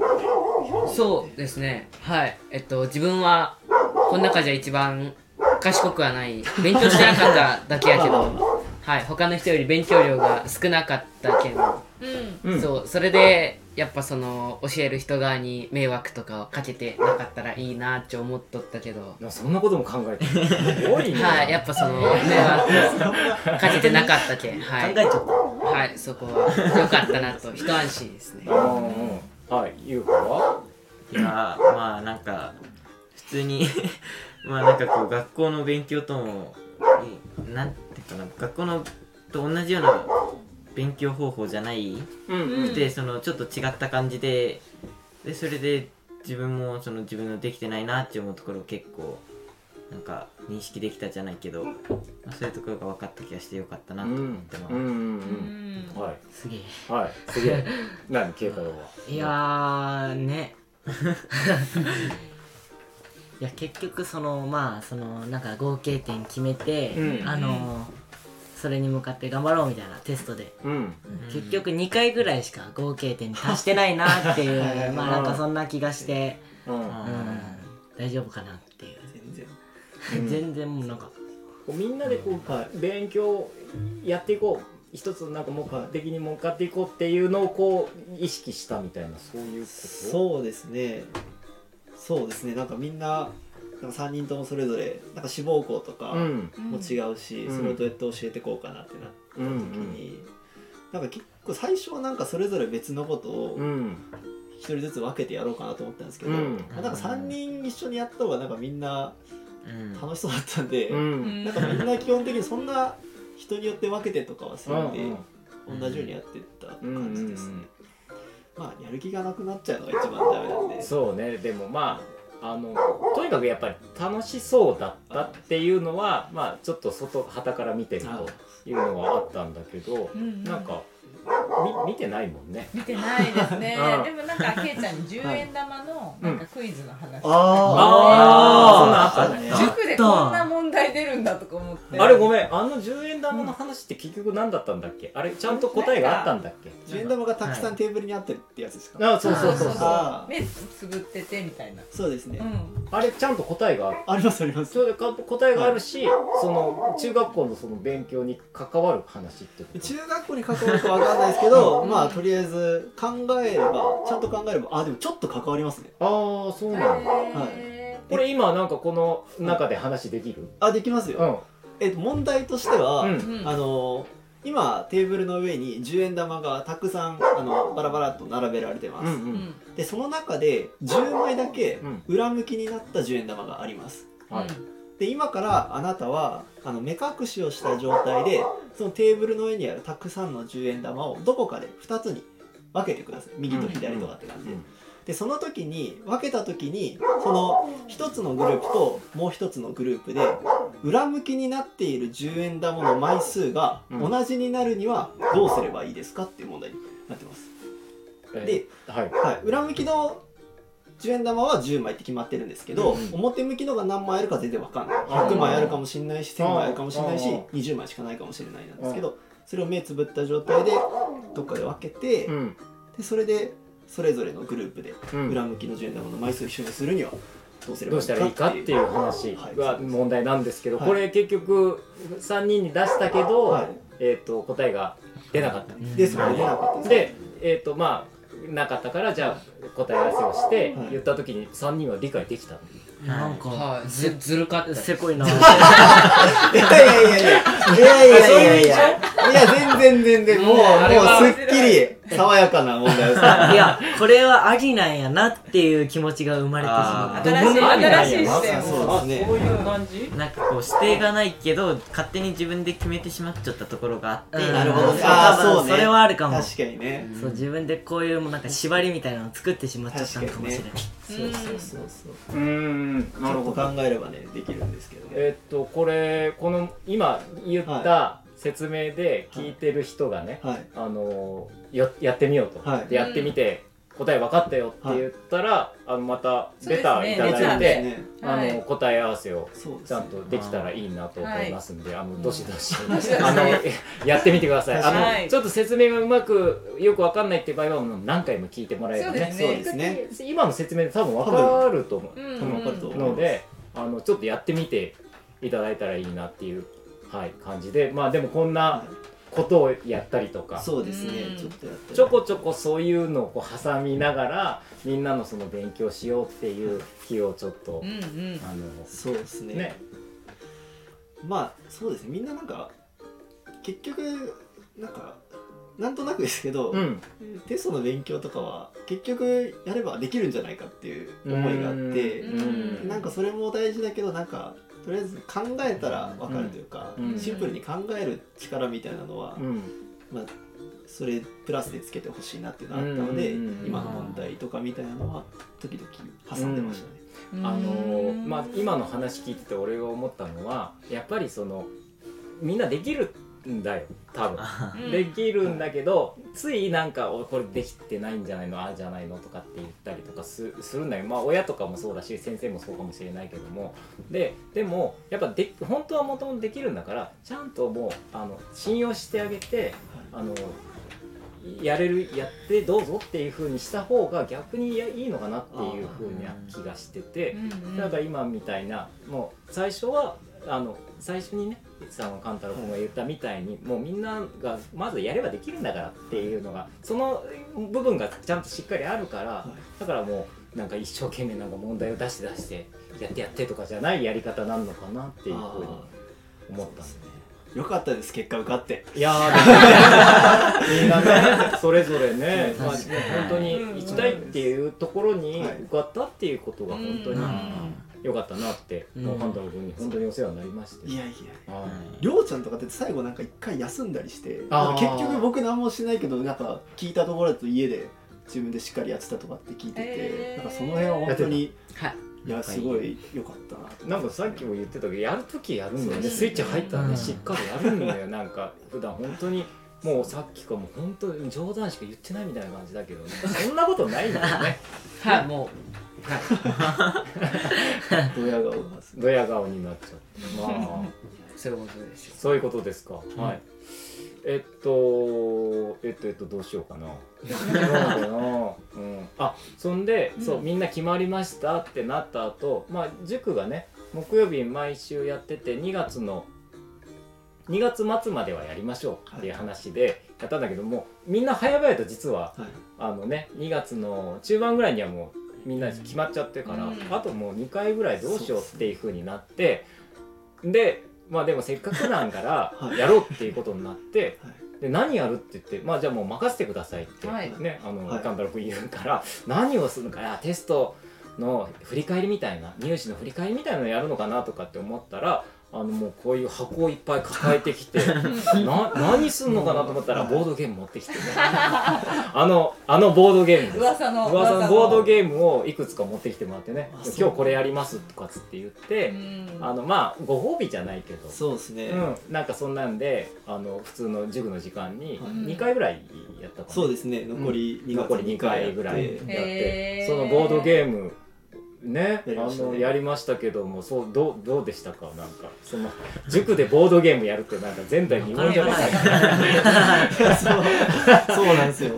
S3: そうですねはいえっと自分はこの中じゃ一番賢くはない勉強してなかっただけやけどはい他の人より勉強量が少なかったけど、
S2: うん。
S1: うん
S3: そうそれでやっぱその教える人側に迷惑とかをかけてなかったらいいなって思っとったけど
S1: いやそんなことも考えて るすごいね
S3: はい、やっぱその迷 惑かけてなかったけはい
S5: 考えちゃっ
S3: はいそこは良かったなと一安心ですね
S1: うんうんはい優子はい
S4: やーまあなんか普通に まあなんかこう学校の勉強ともいなんていうかな学校のと同じような勉強方法じゃない
S1: うん
S2: うん
S4: でそのちょっと違った感じででそれで自分もその自分のできてないなって思うところを結構なんか認識できたじゃないけど、まあ、そういうところが分かった気がしてよかったなと思ってます。
S1: うんうん
S2: うん
S1: うんは
S5: たすげえ
S1: いはいすげえ何慶太郎はい
S5: やーね いや結局そのまあそのなんか合計点決めて、
S1: うん
S5: あのそれに向かって頑張ろうみたいなテストで、
S1: うん
S4: うん
S5: 結局2回ぐらいしか合計点足してないなっ ていうまあなんかそんな気がして、
S1: うん
S4: あ
S5: うん
S4: ー、
S5: 大丈夫かなっていう、
S6: 全然
S5: 全然もうなんか
S1: こうみんなでこう、
S6: は
S1: 勉強をやっていこう一つのなんか目的に向かっていこうっていうのをこう意識したみたいなそういうこと
S6: そうですねそうですねなんかみんななんか3人ともそれぞれなんか志望校とかも
S1: ん
S6: 違うし、
S1: うん
S6: それをどうやって教えていこうかなってなった
S1: うんう
S6: 時に、なんか結構最初はなんかそれぞれ別のことを
S1: ん
S6: 1人ずつ分けてやろうかなと思ったんですけど、
S1: うん
S6: まあなんか3人一緒にやった方がなんかみんな
S4: うん
S6: 楽しそうだったんで、
S1: うん
S6: なんかみんな基本的にそんな人によって分けてとかはせんで、
S4: ん
S6: 同じようにやってった
S1: うんうん
S6: 感じですね、
S1: うん
S6: まあやる気がなくなっちゃうのが一番ダメなんで
S1: そうねでもまああのとにかくやっぱり楽しそうだったっていうのはまあちょっと外旗から見てる
S6: あ
S1: というのはあったんだけど
S2: う、ん。
S1: なん。かみ見てないもんね。
S2: 見てないですね
S1: うん。
S2: でもなんかケイちゃんに十円玉の
S1: うん
S2: なんかクイズの話。
S1: あーそんなんあったね
S2: 塾でこんな問題出るんだとか思って。
S1: あれごめんあの10円玉の話って結局何だったんだっけあれちゃんと答えがあったんだっけ
S6: 十円玉がたくさんテーブルにあってるってやつですか、
S1: あそうそうそう
S2: あ
S1: そう
S6: あー
S2: 目つぶっててみたいな。
S6: そうですね、
S2: うん。
S1: あれちゃんと答えがある
S6: ありますあります
S1: それでか答えがあるしその中学校のその勉強に関わる話ってこと
S6: 中学校に関わるかわかんないですけど、
S2: うん
S6: まあとりあえず考えればちゃんと考えればあでもちょっと関わりますね
S1: ああそうなんだ
S2: へ
S1: これ今なんかこの中で話できる
S6: あできますよ、
S1: ん
S6: えっと問題としては、
S1: うん
S2: ーうん。
S6: あの今テーブルの上に10円玉がたくさんあのバラバラっと並べられてます、
S2: うんん
S6: でその中で10枚だけ
S1: うん
S6: 裏向きになった10円玉があります
S1: はい
S6: で今からあなたはあの目隠しをした状態でそのテーブルの上にあるたくさんの10円玉をどこかで2つに分けてください右と左とかって感じで
S1: うんうん
S6: でその時に分けた時にその1つのグループともう1つのグループで裏向きになっている10円玉の枚数が
S1: うん
S6: 同じになるにはどうすればいいですかっていう問題になってます。で、
S1: えーはい
S6: はい、裏向きの10円玉は10枚って決まってるんですけど、
S1: うんうん
S6: 表向きのが何枚あるか全然わかんない
S1: あー
S6: 100枚あるかもしれないし
S1: あー
S6: 1000枚あるかもしれないし
S1: あー
S6: 20枚しかないかもしれないなんですけどそれを目つぶった状態でどっかで分けて、
S1: うん
S6: でそれでそれぞれのグループで
S1: うん
S6: 裏向きの10円玉の枚数を一緒にするにはどうすれば
S1: どうしたらいいかっていう話が問題なんですけど、
S6: はい
S1: これ結局3人に出したけど、
S6: は
S1: えー、と答えが出なかった
S6: い、ですので出なかったです
S1: でえっ、とまあなかったからじゃあ答え合わせをして、
S6: はい
S1: 言った時に3人は理解できた
S5: なんか、
S3: はい、ずずるかったです
S5: せこいな。
S6: いやいやいやいやいやいやいやいやいや全然全然もうもう
S3: あれは
S6: すっきり爽やかな問題で す
S5: いや、これはありなんやなっていう気持ちが生まれてしま
S4: あ
S5: う。
S4: ー
S2: 新しい新しい視点を
S6: そうですね
S2: そういう感じ
S4: なんかこう指定がないけど勝手に自分で決めてしまっちゃったところがあって、
S5: うん
S6: なるほどね
S5: あ
S6: あーそうね
S5: それはあるかも。
S6: 確かにね
S5: そう自分でこういうもうなんか縛りみたいなのを作ってしまっちゃったのかもしれない。
S6: そうそうそうそ
S1: う
S6: う
S1: ん
S6: ちょっと考えればねできるんですけどね
S1: えっ、とこれこの今言った説明で聞いてる人がね、
S6: はい
S1: あのややってみようと、
S6: はい
S1: でやってみて、答え分かったよって言ったら、あのまたレターいた
S2: そうですね
S1: だい
S6: で
S1: て、
S6: すね
S1: あの
S2: はい
S1: 答え合わせを
S6: そうです
S1: ちゃ
S6: ね
S1: んとできたらいいなと思いますんで、あのどしどし、
S2: しどし
S1: あ のやってみてください。あの、
S2: はい
S1: ちょっと説明がうまくよくわかんないって場合はもう何回も聞いてもらえればね。
S2: そう
S6: ですね
S1: 今の説明で多分わかると思
S2: うん
S6: 多分わかると
S1: う
S6: 思う
S1: ので、あのちょっとやってみていただいたらいいなっていうはい感じで、まあでもこんなことをやったりとか。
S6: そうですね
S2: うん
S6: ちょっとやって
S1: ちょこちょこそういうのをこう挟みながらみんなのその勉強しようっていう日をちょっと、
S2: うんうん
S1: あ
S6: そうです
S1: の
S6: ね
S1: ね
S6: まあそうですねみんななんか結局なんかなんとなくですけど、
S1: うん
S6: テストの勉強とかは結局やればできるんじゃないかっていう思いがあって、
S2: うん
S1: うん
S6: なんかそれも大事だけどなんかとりあえず考えたら分かるというか、
S1: うん
S6: シンプルに考える力みたいなのは、
S1: うん
S6: まあ、それプラスでつけてほしいなっていうのがあったので、
S1: うんうんうん
S6: 今の問題とかみたいなのは時々挟んでましたね。
S1: あのまあ今の話聞いてて俺が思ったのはやっぱりそのみんなできるんだよ多分。
S4: あ
S2: うん
S1: できるんだけど、ついなんか「おこれできてないんじゃないのああじゃないの?」とかって言ったりとかすするんだよまあ親とかもそうだし先生もそうかもしれないけどもででもやっぱで本当はもともとできるんだからちゃんともうあの信用してあげてあのやれるやってどうぞっていう風にした方が逆にいやいいのかなっていう風な気がしてて。だから今みたいなもう最初はあの最初にねあの勘太郎君が言ったみたいに、もうみんながまずやればできるんだからっていうのがその部分がちゃんとしっかりあるから、
S6: い
S1: だからもうなんか一生懸命なんか問題を出して出してやってやってとかじゃないやり方なのかなっていうふうに
S6: あ
S1: 思った
S6: そうーよかったです結果受かって。
S1: いやーでもねみんなねそれぞれね、まあ、本
S4: 確かに
S1: 当に行きたいっていうところに
S6: はい
S1: 受かったっていうことが本当に良かったなって、
S5: うん
S1: もうハンドル君に本当にお世話になりまして、
S6: いやいや
S1: はい
S6: りょうちゃんとかって最後なんか一回休んだりして
S1: あー
S6: なんか結局僕何もしないけどなんか聞いたところだと家で自分でしっかりやってたとかって聞いてて、
S2: えー
S6: なんかその辺は本当に
S3: はい
S6: いやすごい良かったなと
S1: なんかさっきも言ってたけどやるときやるんだよ
S6: そうで
S1: ね
S6: すね
S1: スイッチ入ったら
S5: う
S1: ね
S5: ん
S1: しっかりやるんだよなんか普段本当にもうさっきからもう本当に冗談しか言ってないみたいな感じだけどねそんなことないんだよね
S3: はいも
S6: ドヤ顔がす
S1: ドヤ顔になっちゃってまあ
S3: うそういうことですよ
S1: そういうことですか、はいえっとえっとえっとどうしようかななんだろうな、うん、あそんで、そううんみんな決まりましたってなった後まあ塾がね木曜日毎週やってて2月の2月末まではやりましょうっていう話でやったんだけどもみんな早々と実は
S6: はい
S1: あのね2月の中盤ぐらいにはもうみんな決まっちゃってから、
S2: うん
S1: あともう2回ぐらいどうしようっていう風になってでまあでもせっかくなんから
S6: はい
S1: やろうっていうことになって、
S6: は
S1: で何やるって言ってまあじゃあもう任せてくださいって、
S2: はい
S1: ねあの、
S6: はい
S1: 神田六言うから何をするのかなテストの振り返りみたいな入試の振り返りみたいなのやるのかなとかって思ったらあのもうこういう箱をいっぱい抱えてきてな何すんのかなと思ったらボードゲーム持ってきてねあのあのボードゲームです
S2: 噂の
S1: 噂のボード
S2: ー
S1: ゲームをいくつか持ってきてもらってね
S6: あそう
S1: 今日これやりますとかっつって言って、あのまあご褒美じゃないけど
S6: そうですね、
S1: うん、なんかそんなんであの普通の塾の時間に
S6: はい
S1: 2回ぐらいやったかな、
S6: そうですね残り2
S1: 残り2回ぐらいやって、
S2: へー
S1: そのボードゲームね
S6: やりま
S1: あ
S6: したね
S1: のやりましたけどもそうどうどうでしたかなんかその塾でボードゲームやるってなんか前代未聞じゃないですか、
S6: そう そうなんですよ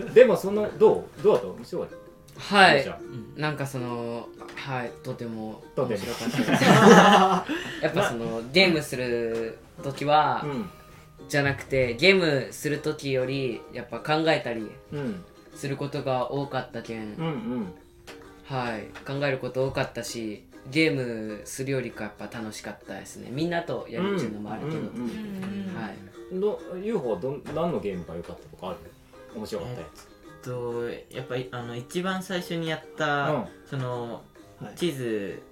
S1: うん、でもそのどうどうだった面白い
S3: は
S1: じゃ
S3: い
S1: あ
S3: なんかそのはいとても
S1: とて
S3: 面
S1: も
S3: 白かった ですやっぱそのゲームする時は、
S1: うん
S3: じゃなくてゲームする時よりやっぱ考えたり
S1: うん
S3: することが多かったけん、
S1: うんうん
S3: はい考えること多かったしゲームするよりかやっぱ楽しかったですねみんなとやるっていうのもあるけど、
S1: うんうんうん
S3: はい
S1: の UFO はどん何のゲームが良かったとかある面白かったやつ、
S4: とやっぱりあの一番最初にやった、
S1: うん
S4: その地図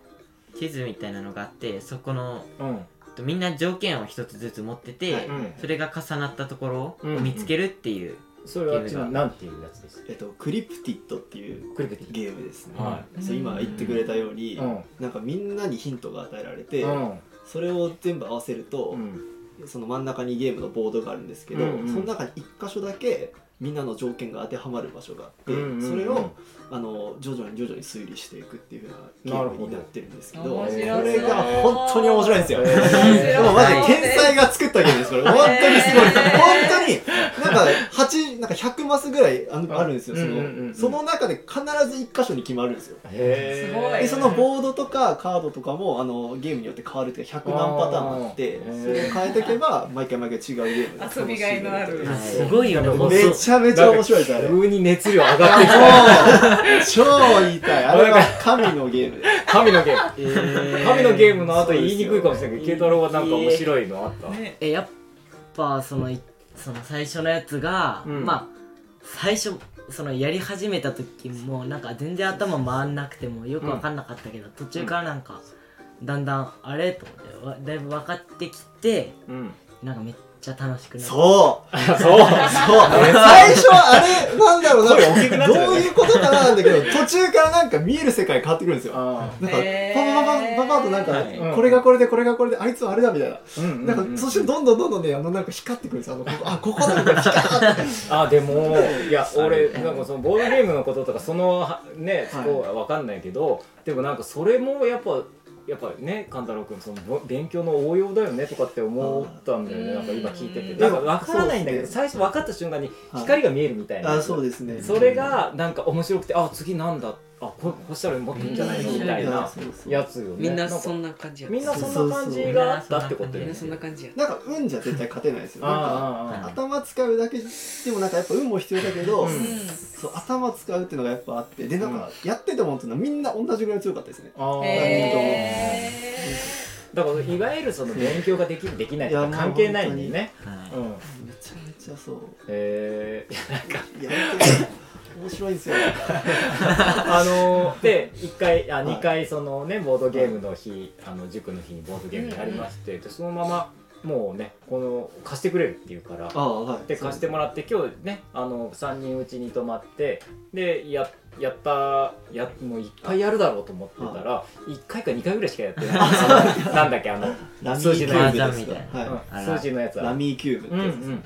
S4: 地図みたいなのがあってそこの
S1: うん
S4: とみんな条件を一つずつ持ってて、
S6: はい
S1: うん
S4: それが重なったところ
S1: う
S4: を
S1: ん
S4: 見つけるっていう、
S1: それはちなみに何ていうやつです
S6: えっとクリプティットっていう
S1: クリプティ
S6: ゲームですね、
S1: は
S6: そう今言ってくれたように、
S1: うん
S6: なんかみんなにヒントが与えられて、
S1: うん
S6: それを全部合わせる
S1: う
S6: と、
S1: ん
S6: その真ん中にゲームのボードがあるんですけど、
S1: うんうん
S6: その中に1箇所だけみんなの条件が当てはまる場所があって、
S1: うんうんうん
S6: それをあの徐々に徐々に推理していくっていうようなゲームになってるんですけど
S2: なるほど
S6: これが本当に面白いんですよ。
S1: へ
S6: も
S1: ー
S6: うマジ天才が作ったゲームですこれ本当にすごい、
S2: へー
S6: 本当になんか八なんか100マスぐらいあのあるんですよその,、
S1: うんうんうんうん
S6: その中で必ず1箇所に決まるんですよ。
S1: へー
S2: すごい
S6: でそのボードとかカードとかもあのゲームによって変わるっていうか100何パターンあって
S1: あー
S6: それを変えていけば毎回毎回違うゲームが楽しめ
S2: 遊びがいのある
S6: はい
S5: すごいよね
S1: なんか
S6: めちゃめちゃ面白いですあれもう
S1: 急に熱量上がってきた
S6: 超言いたいあれは神のゲームで す
S1: 神のゲーム、神のゲームの後
S6: そうです
S1: 言
S6: よ
S1: いにくいかもしれないけど慶太郎はなんか面白いのあった、
S2: ね
S5: えやっぱそのいその最初のやつが、
S1: うん
S5: まあ最初そのやり始めた時もなんか全然頭回んなくてもよく分かんなかったけど、途中からなんか、だんだんあれと思ってわだいぶ分かってきて
S1: うん、
S5: なんかめっちゃ楽しくなった
S6: そう
S1: あそう
S6: そう最初はあれなんだろうなどういうことかななんだけど途中からなんか見える世界変わってくるんですよ
S1: あ
S6: なんか
S2: へ
S6: パパ
S2: ー
S6: パパパパとなんか、
S1: い
S6: これがこれでこれがこれであいつはあれだみたいな
S1: ーうんうん
S6: なんか、そしてどんどんどんどんねあのなんか光ってくるんですよあのここあここだみたいな光って
S1: あでもいや俺なんかそのボードゲームのこととかそのはねそこは分かんないけど、でもなんかそれもやっぱやっぱね勘太郎君そのぼ勉強の応用だよねとかって思ったんだよねなんか今聞いてて
S2: うん
S1: なんか分からないんだけ
S6: そう
S1: ど
S6: です
S1: 最初分かった瞬間に光が見えるみたいな、
S6: あそうですね
S1: それがなんか面白くてあ次なんだあここうしたらもっといいんじゃないの
S2: うん
S1: みたいな
S6: そうそう
S1: やつよね
S3: みんな
S1: か
S3: そんな感じやった
S1: みんなそんな感じがあったってことよ
S3: み
S1: ね
S3: んなそんな感じやった
S6: なんか運じゃ絶対勝てないですよなんか
S1: あ
S6: 頭使うだけでもなんかやっぱ運も必要だけど、
S1: うん
S6: そう頭使うっていうのがやっぱあってでなんかやっててもっていうのはみんな同じぐらい強かったですね
S1: ああああ
S2: うん
S1: あ
S2: へ
S1: だからいわゆるその勉強ができるできないとか関係ないんだよね
S4: はい
S1: うん
S6: めちゃめちゃそう
S1: えー、
S6: やって面白い んですよ
S1: あのー で1回あ
S6: い
S1: 2回そのねボードゲームの日あの塾の日にボードゲームやりましてでそのままもうねこの貸してくれるっていうから
S6: ああはい
S1: で貸してもらって今日ねあの3人うちに泊まってでややったやもういっぱいやるだろうと思ってたら1回か2回ぐらいしかやってないあのなんだっけあの、
S6: ラミ
S1: 数
S6: ー
S1: 字
S6: キ
S1: の
S6: ュ
S1: や
S6: ー
S1: つ
S6: ブ
S4: だ
S6: ですかは
S1: うん数字のやつ
S6: い
S1: は
S6: ラミーキューブって
S1: うんう
S6: やつです、
S1: ん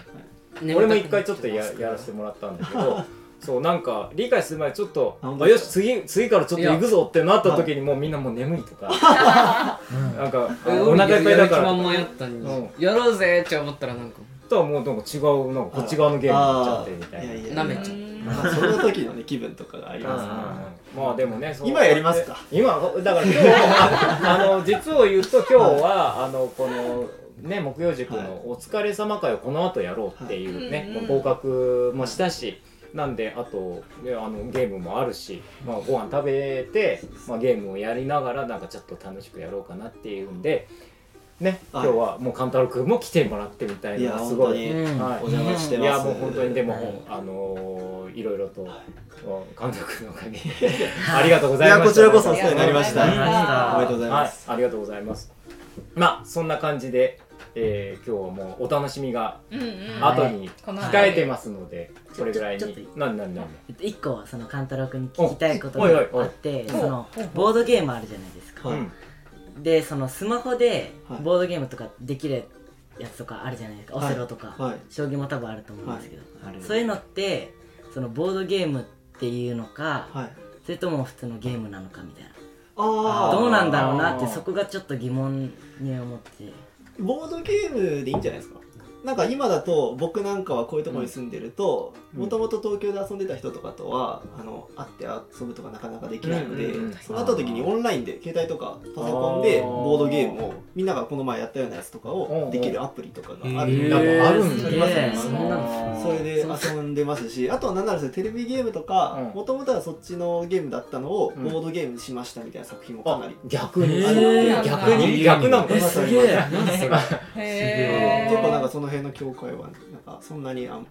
S3: 眠
S1: 俺も
S3: たくなっ
S1: 一回ちょっとややらせてもらったんだけど そうなんか理解する前にちょっと「
S6: あ本当
S1: あよし次次からちょっと行くぞ」ってなった時にもうみんなもう眠いと かなんかお腹いっぱいだから
S3: やる気満々やったのに、
S1: うん
S3: やろうぜって思ったらなんか
S1: とはもうなんか違うなんかこっち側のゲームになっちゃってみたいな。
S6: ああいやいや
S3: なめちゃう
S6: まあその時のね気分とかがありますね
S1: まあでもね、そう
S6: 今やりますか
S1: 今だから今日あ の実を言うと今日はあのこのね木曜塾
S6: はい
S1: のお疲れ様会をこの後やろうっていうね、
S2: はい
S1: まあ合格もしたし。なんであと、ね、あのゲームもあるし、まあ、ご飯食べて、まあ、ゲームをやりながらなんかちょっと楽しくやろうかなっていうんでね、
S6: は
S1: 今
S6: い
S1: 日はもう勘太郎くんも来てもらってみたい
S6: いや
S1: なす
S6: 本
S1: ご
S6: 当
S1: い
S6: に
S5: うん
S1: はい
S6: お邪魔して
S1: い
S6: ます
S1: やもう本当にでも、
S5: はい
S1: あのーいろいろと、監督のおかげでありがとうござい
S6: い
S1: ま
S6: や
S1: した
S6: こちらこそお世話になりました
S2: あがとうござい
S6: おめでとうございま
S1: はい
S6: す、
S1: ありがとうございますまあそんな感じで、えー今日はもうお楽しみが
S2: うんうん。
S1: 後に
S2: この
S1: 控えてますので、これぐらい
S5: ちょっと
S1: に何何何
S5: 一個はその勘太郎君に聞きたいこと
S1: お
S5: が
S1: おいおいおい
S5: あってそのボードゲームあるじゃないですか、
S6: はい
S1: うん
S5: でそのスマホで
S6: はい
S5: ボードゲームとかできるやつとかあるじゃないですか、
S6: はい
S5: オセロとか、
S6: はい
S5: 将棋も多分あると思うんですけど、
S4: ある
S5: そういうのってそのボードゲームっていうのか、
S6: はい
S5: それとも普通のゲームなのかみたい
S6: あ
S5: な
S6: あ
S5: どうなんだろうなって
S1: あー
S5: そこがちょっと疑問に思って
S6: ボードゲームでいいんじゃないですかなんか今だと僕なんかはこういうところに住んでると
S1: うん
S6: もともと東京で遊んでた人とかとはあの会って遊ぶとかなかなかできないので、
S1: うんうんうん
S6: そうなった時にオンラインで携帯とかパソコンで
S1: あー
S6: ボードゲームをみんながこの前やったようなやつとかをできるアプリとかがあ
S1: へ
S6: る
S1: ー
S6: なんかあるん
S1: す
S6: で
S1: げ
S6: す
S1: え
S6: よね
S5: そんな
S1: の
S6: それで遊んでますしあとは何ならそれテレビゲームとか
S1: うん
S6: もともとはそっちのゲームだったのを
S1: うん
S6: ボードゲームにしましたみたいな作品もかな
S1: あ
S6: り
S1: 逆に、
S5: え
S2: ー
S1: 逆に逆なのかなそれ
S2: へえ。
S6: 結構なんかその辺の境界はなんかそんなにあん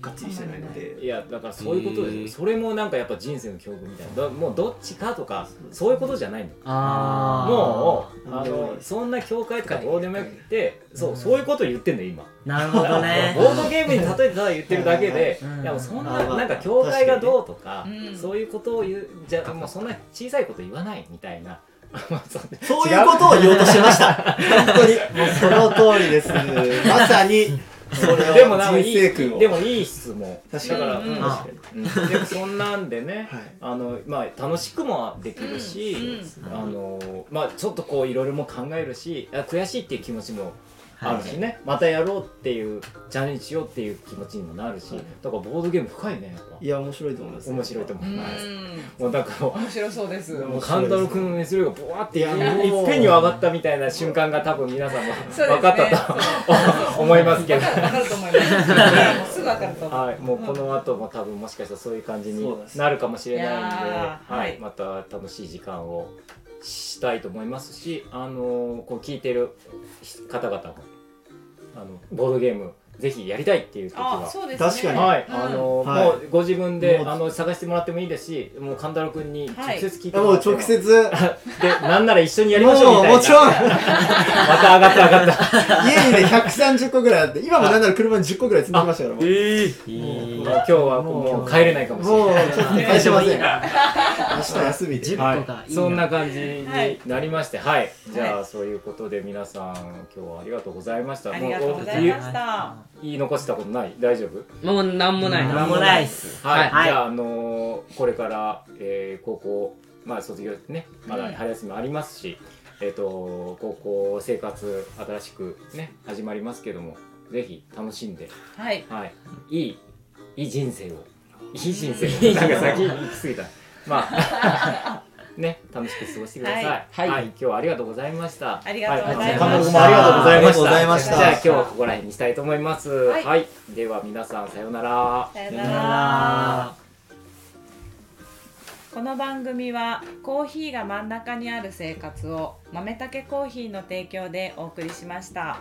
S6: がっちりしてないので
S1: いやだからそういうことですよ、
S4: へー
S1: それもなんかやっぱ人生の教訓みたいなどもうどっちかとかそういうことじゃないの
S5: あ
S1: もう
S6: あー
S1: あのそんな境界とかどうでもよくてそうそういうこと言ってんの今
S5: うなるほど ね
S1: ボードゲームに例えてただ言ってるだけで
S5: うん
S1: いやもうそん
S6: うんまあま
S1: な
S6: あ
S1: なんか境界がどうとか
S2: 確かにね
S1: そういうことを言うじゃあもうそんな小さいこと言わないみたいな まあそう
S6: そういうことを言おうとしました。本当に。もうその通りです。まさに、それを
S1: でもなんかい
S6: 人生
S1: い
S6: 君を。
S1: でもいい質問
S6: 確かに
S1: だから、
S2: うんうん
S1: 確かにうんでもそんなんでね、
S6: はい
S1: あのまあ、楽しくもできるし、
S2: うん
S1: あのまあ、ちょっとこういろいろも考えるしあ悔しいっていう気持ちもあるしね、またやろうっていうチャレンジしようっていう気持ちにもなるし、
S6: はい
S1: だからボードゲーム深いねやっぱ
S6: いや、面白いと思います。
S1: 面白いと
S2: う
S1: 思います、
S2: ん。
S1: もうだから
S2: 面白そうです。
S1: もう勘太郎君の熱量がボワってや
S5: うん
S1: いっぺんに上がったみたいな瞬間が多分皆さんも
S2: そうですね
S1: 分かったと思いますけど
S2: わ。かるわかると思います。もうすぐわかると思う。
S1: はい、もうこの後も多分もしかしたらそういう感じに
S6: そうです
S1: なるかもしれないんで、
S2: いやー
S1: は
S2: はい
S1: い、また楽しい時間をしたいと思いますし、あのーこう聞いてる方々もあのボードゲームぜひやりたいっていう時
S2: あ、
S1: は。
S2: そうですね。
S6: 確かに
S1: はい、
S2: うん
S1: あのー
S6: はい
S1: もうご自分で、
S6: もう
S1: あの探してもらってもいいですし、もう神太郎くんに直接聞いて
S6: あ
S1: も
S6: もう
S1: らっても、
S6: 直接、
S1: で、なんなら一緒にやり
S6: も
S1: ましょうみ
S6: う
S1: たいな。
S6: もちろん、
S1: また上がった上が った。
S6: 家にね、130個ぐらいあって、今もなんなら車に10個ぐらい積んでましたから、もう。
S1: もう今日はもう帰れないかもしれない。
S6: もう、ちょっと返しません。 明日休みで。
S5: 10
S1: はい
S5: 個がいいな
S1: そんな感じに
S2: はい
S1: なりましてはい、じゃ
S2: は
S1: あそういうことで皆さん今日はありがとうございました
S2: ありがとうございました。
S1: もう言い残したことない大丈夫
S3: もうなんもない
S5: なんもないっす
S1: はい、
S5: はい
S1: じゃあ、あのーこれから、えー高校まあ卒業ねまだ春休みもありますし、えっ、と高校生活新しくね始まりますけどもぜひ楽しんで
S2: はい。
S1: はい、いいいい人生をいい人生をなんか先行き過ぎたまあ ね楽しく過ごしてください
S2: はい
S1: はい、今日はありがとうございました
S2: ありがとうございま
S1: は神田君
S2: した
S1: もありがとうございました
S6: ありがとうございました
S1: じゃあ今日はここら辺にしたいと思いますはいい、では皆さんさようなら
S2: さよなら。この番組はコーヒーが真ん中にある生活を豆たけコーヒーの提供でお送りしました。